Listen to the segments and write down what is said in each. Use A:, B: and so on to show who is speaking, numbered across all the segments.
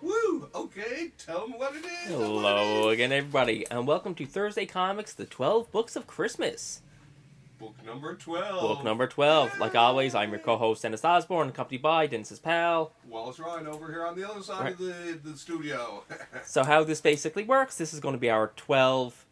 A: Woo! Okay, tell them what it is. tell 'em what it
B: Hello
A: is.
B: again, everybody, and welcome to Thursday Comics, the 12 Books of Christmas.
A: Book number 12.
B: Book number 12. Like always, I'm your co host, Dennis Osborne, accompanied by Dennis's pal.
A: Wallace Ryan over here on the other side of the, the studio.
B: So, how this basically works this is going to be our 12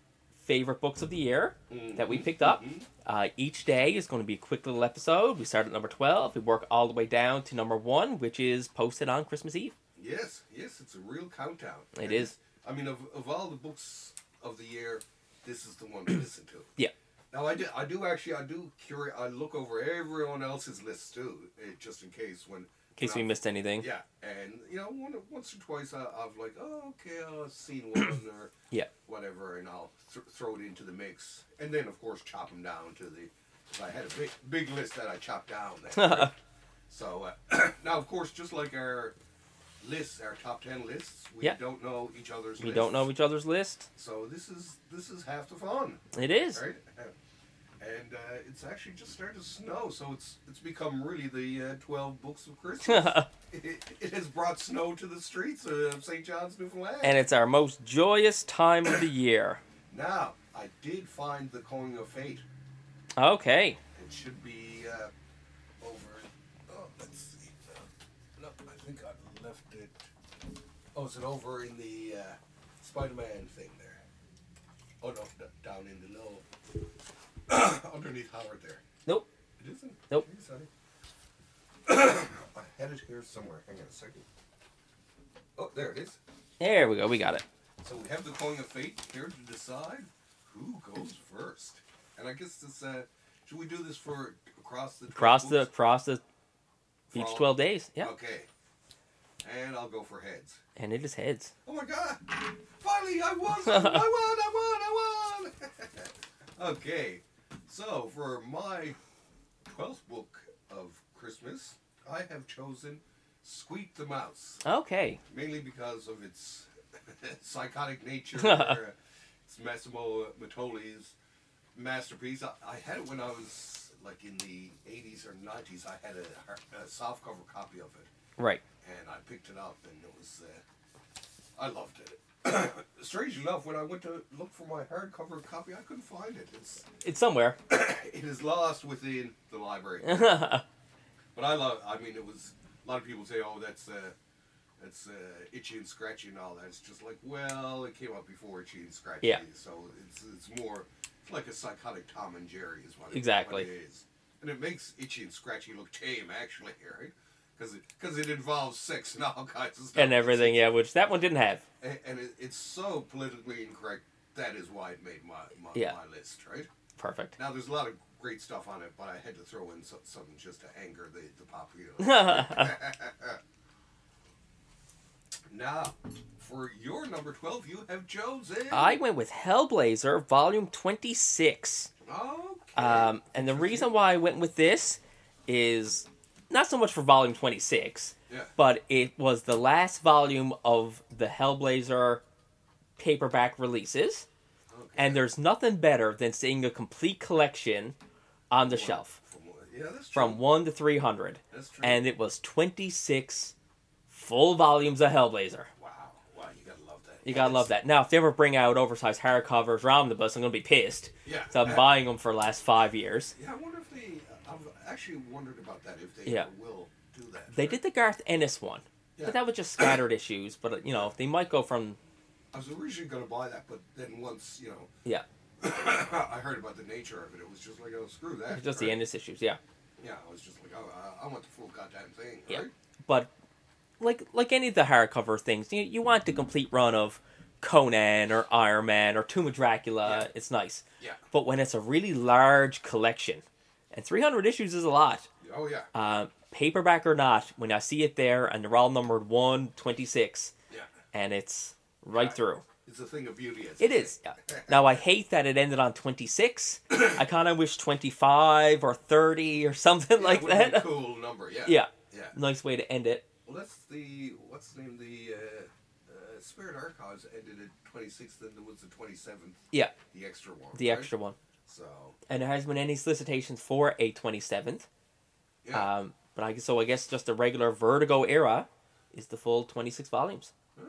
B: favorite books of the year that we picked up.
A: Mhm.
B: Uh, each day is going to be a quick little episode. We start at number 12, we work all the way down to number 1, which is posted on Christmas Eve.
A: Yes, yes, it's a real countdown.
B: It
A: And
B: is.
A: I mean, of, of all the books of the year, this is the one to listen to.
B: Yeah.
A: Now I do, I do actually, I do curi I look over everyone else's list too, eh, just in case when.
B: In case we missed anything.
A: Yeah, and you know, one, once or twice I, I've like, oh, okay, I've seen one or
B: Yeah.
A: whatever, and I'll th- throw it into the mix, and then of course chop them down to the. 'cause I had a big big list that I chopped down. That year. so uh, now, of course, just like our lists, our top ten lists, we
B: Yeah.
A: don't know each other's.
B: We
A: lists.
B: don't know each other's list.
A: So this is this is half the fun,
B: It is.
A: right? And uh, it's actually just started to snow, so it's it's become really the uh, twelve books of Christmas. it, it has brought snow to the streets of St. John's, Newfoundland.
B: and it's our most joyous time of the year.
A: now, I did find the coin of fate.
B: Okay.
A: It should be uh, over. Oh, let's see. No, I think I left it. Oh, is it over in the uh, Spider-Man thing there? Oh no, d- down in the little underneath Howard there.
B: Nope.
A: It isn't.
B: Nope.
A: Jeez, I, I had it here somewhere. Hang on a second. Oh, there it is.
B: There we go. We got it.
A: So we have the coin of fate here to decide who goes first. And I guess this uh, should we do this for across the
B: Across the
A: books?
B: across the
A: For
B: each
A: all-
B: twelve days. Yeah.
A: Okay. And I'll go for heads.
B: And it is heads.
A: Oh my god! Finally, I won! I won! I won! I won! okay. So for my twelfth book of Christmas, I have chosen Squeak the Mouse.
B: Okay.
A: mainly because of its psychotic nature, or its Massimo Matoli's masterpiece. I, I had it when I was like in the 80s or 90s. I had a, a softcover copy of it,
B: Right.
A: and I picked it up, and it was. Uh, I loved it. Strange enough, when I went to look for my hardcover copy, I couldn't find it. It's
B: It's somewhere.
A: it is lost within the library. But I love. I mean, it was a lot of people say, "Oh, that's uh, that's uh, itchy and scratchy and all that." It's just like, well, it came out before itchy and scratchy,
B: Yeah.
A: so it's it's more it's like a psychotic Tom and Jerry is what it- what
B: Exactly.
A: it is, and it makes itchy and scratchy look tame actually, right? Because it, 'cause it involves sex and all kinds of stuff.
B: and everything. Yeah. Which that one didn't have.
A: And, and it, it's so politically incorrect. That is why it made my my,
B: Yeah.
A: my list, right?
B: Perfect.
A: Now there's a lot of great stuff on it, but I had to throw in so, something just to anger the the populace. Now, for your number 12, you have chosen.
B: I went with Hellblazer Volume Twenty Six.
A: Okay.
B: Um, and the reason why I went with this is not so much for Volume Twenty Six.
A: yeah.
B: but it was the last volume of the Hellblazer paperback releases,
A: Okay.
B: and there's nothing better than seeing a complete collection on the
A: Wow.
B: shelf
A: From, what- yeah, that's true.
B: from 1 to 300.
A: That's true.
B: And it was 26 full volumes of Hellblazer.
A: wow. Wow, you gotta love that.
B: You gotta love that. Now, if they ever bring out oversized hardcovers or omnibus, I'm gonna be pissed.
A: Yeah.
B: So I'm buying them for the last five years.
A: Yeah, I wonder if they. I've actually wondered about that, if they
B: Yeah.
A: will do that.
B: They did the Garth Ennis one,
A: Yeah.
B: but that was just scattered issues. But you know, they might go from
A: I was originally gonna buy that, but then once, you know,
B: yeah,
A: I heard about the nature of it, it was just like, oh, screw that.
B: just the
A: right?
B: Ennis issues. Yeah.
A: Yeah, I was just like, oh, I, I want the full goddamn thing,
B: Yeah.
A: right?
B: but like like any of the hardcover things, you, you want the complete run of Conan or Iron Man or Tomb of Dracula.
A: Yeah.
B: It's nice,
A: Yeah.
B: but when it's a really large collection, and three hundred issues is a lot,
A: Oh, yeah.
B: uh, paperback or not, when I see it there and they're all numbered one twenty six,
A: yeah.
B: and it's right
A: Right.
B: through.
A: It's a thing of beauty. as
B: It
A: they
B: is.
A: say.
B: yeah. Now I hate that it ended on twenty six. I kind of wish twenty five or thirty or something
A: Yeah,
B: like
A: would've been
B: that.
A: A cool number, yeah.
B: Yeah,
A: Yeah.
B: nice way to end it.
A: Well, that's the what's the name the uh, uh, Spirit Archives ended at twenty sixth, and there was the twenty seventh,
B: Yeah,
A: the extra one.
B: the
A: right?
B: extra one.
A: So
B: and there hasn't been any solicitations for a 27th.
A: Yeah.
B: Um, but I guess so. I guess just the regular Vertigo era is the full twenty six volumes.
A: Oh,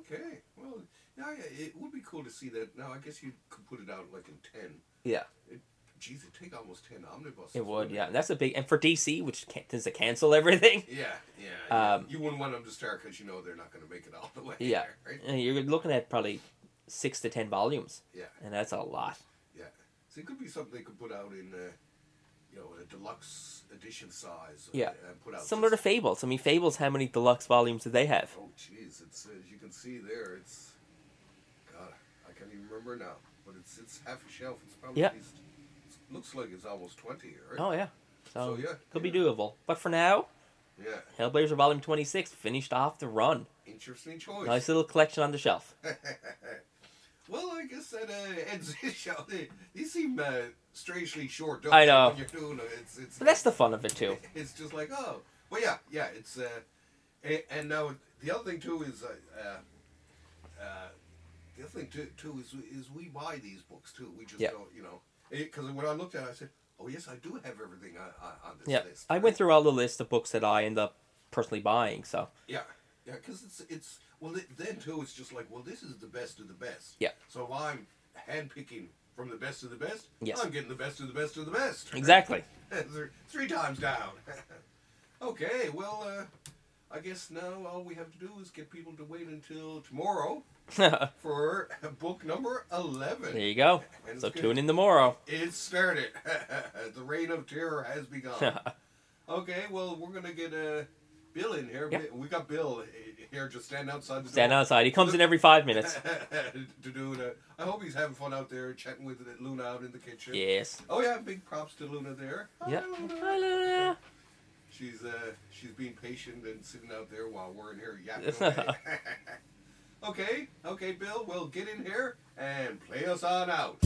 A: okay. Well, yeah, yeah, it would be cool to see that. Now, I guess you could put it out like in ten.
B: Yeah.
A: It, geez, it'd take almost ten omnibuses.
B: It would,
A: wouldn't
B: yeah. And that's a big and for DC, which can, tends to cancel everything.
A: Yeah, yeah. yeah.
B: Um,
A: you wouldn't want them to start because you know they're not going to make it all the way.
B: Yeah.
A: there, right.
B: And you're looking at probably six to ten volumes,
A: Yeah,
B: and that's a lot.
A: yeah. So it could be something they could put out in, uh, you know, a deluxe edition size. uh,
B: Yeah.
A: And put out
B: Similar to
A: just-
B: Fables. I mean, Fables, how many deluxe volumes do they have?
A: Oh, jeez, it's as you can see there. It's God, I can't even remember now, but it's it's half a shelf. It's probably
B: Yeah.
A: at least, it looks like it's almost twenty, right?
B: Oh yeah.
A: So,
B: So,
A: yeah,
B: could
A: yeah.
B: be doable. But for now,
A: Yeah,
B: Hellblazer Volume Twenty Six finished off the run.
A: interesting choice.
B: Nice little collection on the shelf.
A: well, I guess that uh, ends this show. They, these seem uh, strangely short. Don't
B: I
A: they,
B: know.
A: When you're doing it, it's it's.
B: But that's the fun of it too.
A: It's just like oh, well yeah, yeah. It's uh, and, and now the other thing too is uh, uh, uh, the other thing too, too is is we buy these books too. We just
B: Yeah.
A: don't, you know, because when I looked at, it, I said, oh yes, I do have everything on, on- on this
B: Yeah.
A: list.
B: I went through all the list of books that I end up personally buying. So
A: Yeah, yeah, because it's it's well th- then too. It's just like well, this is the best of the best.
B: Yeah.
A: So I'm handpicking from the best of the best.
B: Yes.
A: I'm getting the best of the best of the best.
B: exactly.
A: Thr- Three times down. okay, well, uh, I guess now all we have to do is get people to wait until tomorrow
B: there
A: for book number eleven.
B: you go.
A: And
B: So
A: it's good.
B: tune in tomorrow.
A: It started. the reign of terror has begun. okay, well, we're gonna get uh, Bill in here.
B: Yeah.
A: We got Bill eh, here, just standing outside the
B: Stand
A: door.
B: outside. He comes in every five minutes.
A: to do it. I hope he's having fun out there, chatting with Luna out in the kitchen.
B: Yes.
A: Oh yeah, big props to Luna there. Hi,
B: Yeah.
A: Luna.
B: Hi, Luna.
A: She's uh, she's being patient and sitting out there while we're in here yapping. away. okay, okay, Bill. Well, get in here and play us on out.